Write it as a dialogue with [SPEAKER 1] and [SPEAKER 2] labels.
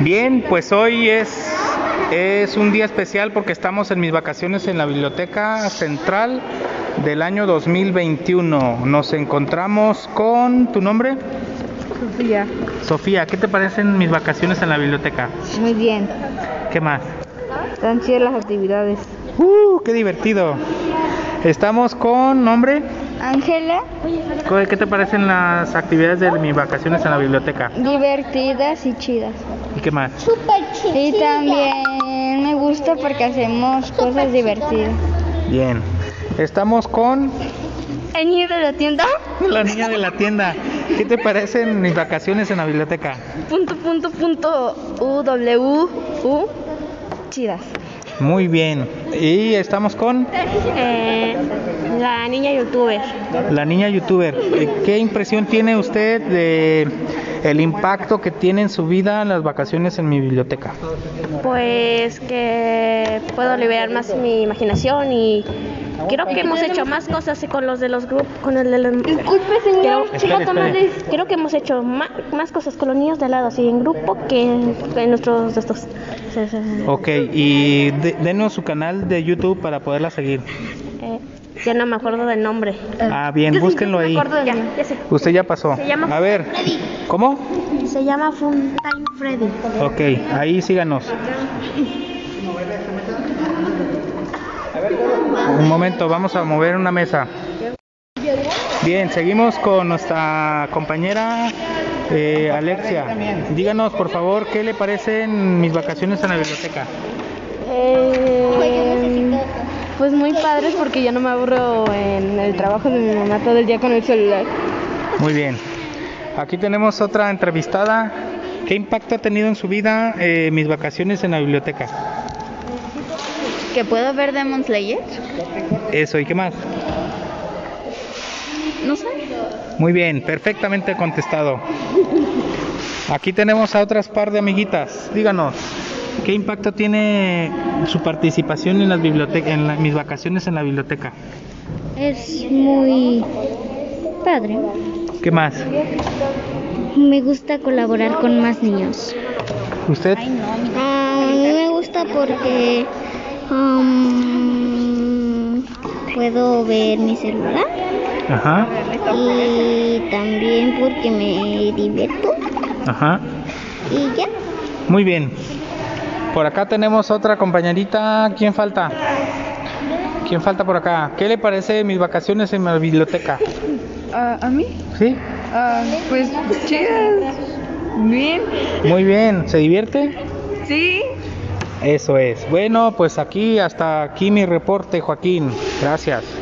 [SPEAKER 1] Bien, pues hoy es, es un día especial porque estamos en mis vacaciones en la Biblioteca Central del año 2021. Nos encontramos con tu nombre,
[SPEAKER 2] Sofía.
[SPEAKER 1] Sofía. ¿Qué te parecen mis vacaciones en la biblioteca?
[SPEAKER 2] Muy bien.
[SPEAKER 1] ¿Qué más?
[SPEAKER 2] Están chidas las actividades.
[SPEAKER 1] ¡Uh, qué divertido! Estamos con nombre.
[SPEAKER 2] Ángela,
[SPEAKER 1] ¿Qué qué te parecen las actividades de mis vacaciones en la biblioteca?
[SPEAKER 2] divertidas y chidas.
[SPEAKER 1] ¿Y qué más?
[SPEAKER 2] Y también me gusta porque hacemos cosas divertidas.
[SPEAKER 1] Bien. Estamos con
[SPEAKER 2] ¿El niño de la tienda?
[SPEAKER 1] la niña de la tienda. ¿Qué te parecen mis vacaciones en la biblioteca?
[SPEAKER 2] Punto, punto, punto, U, W, U. Chidas.
[SPEAKER 1] Muy bien. Y estamos con
[SPEAKER 2] Eh, la niña youtuber.
[SPEAKER 1] la niña youtuber. Eh, ¿Qué impresión tiene usted de el impacto que tiene en su vida las vacaciones en mi biblioteca?
[SPEAKER 3] Pues que puedo liberar más mi imaginación y creo que hemos hecho más cosas con los de los grupos, con el de los...
[SPEAKER 2] Disculpe, señor.
[SPEAKER 3] Creo,
[SPEAKER 1] Espere, espere.
[SPEAKER 3] creo que hemos hecho ma- más, cosas con los niños de al lado, así en grupo, que en nuestros de estos. Sí, sí, sí.
[SPEAKER 1] Ok, y de- denos su canal de YouTube para poderla seguir.
[SPEAKER 3] Eh, ya no me acuerdo del nombre.
[SPEAKER 1] Ah, bien, búsquenlo ahí.
[SPEAKER 3] Ya, ya sé.
[SPEAKER 1] Usted ya pasó.
[SPEAKER 3] Se llama
[SPEAKER 1] A ver, ¿cómo?
[SPEAKER 3] Se llama Funtime Freddy.
[SPEAKER 1] Ok, ahí síganos. Un momento, vamos a mover una mesa. Bien, seguimos con nuestra compañera eh, Alexia. Díganos, por favor, ¿qué le parecen mis vacaciones en la biblioteca?
[SPEAKER 3] Eh, pues muy padres porque ya no me aburro en el trabajo de mi mamá todo el día con el celular.
[SPEAKER 1] Muy bien. Aquí tenemos otra entrevistada. ¿Qué impacto ha tenido en su vida eh, mis vacaciones en la biblioteca?
[SPEAKER 2] ¿Que puedo ver Demon Slayer?
[SPEAKER 1] Eso, ¿y qué más?
[SPEAKER 2] No sé.
[SPEAKER 1] Muy bien, perfectamente contestado. Aquí tenemos a otras par de amiguitas. Díganos, ¿qué impacto tiene su participación en las bibliotecas, en la- mis vacaciones en la biblioteca?
[SPEAKER 4] Es muy padre.
[SPEAKER 1] ¿Qué más?
[SPEAKER 4] Me gusta colaborar con más niños.
[SPEAKER 1] ¿Usted?
[SPEAKER 4] A mí me gusta porque um, puedo ver mi celular
[SPEAKER 1] Ajá,
[SPEAKER 4] y también porque me divierto.
[SPEAKER 1] ajá.
[SPEAKER 4] Y ya,
[SPEAKER 1] Muy bien. Por acá tenemos otra compañerita. ¿Quién falta? ¿Quién falta por acá? ¿Qué le parece mis vacaciones en la biblioteca?
[SPEAKER 5] ¿A mí?
[SPEAKER 1] ¿Sí?
[SPEAKER 5] pues chidas. Bien.
[SPEAKER 1] Muy bien. ¿Se divierte?
[SPEAKER 5] Sí.
[SPEAKER 1] Eso es. Bueno, pues aquí hasta aquí mi reporte, Joaquín. Gracias.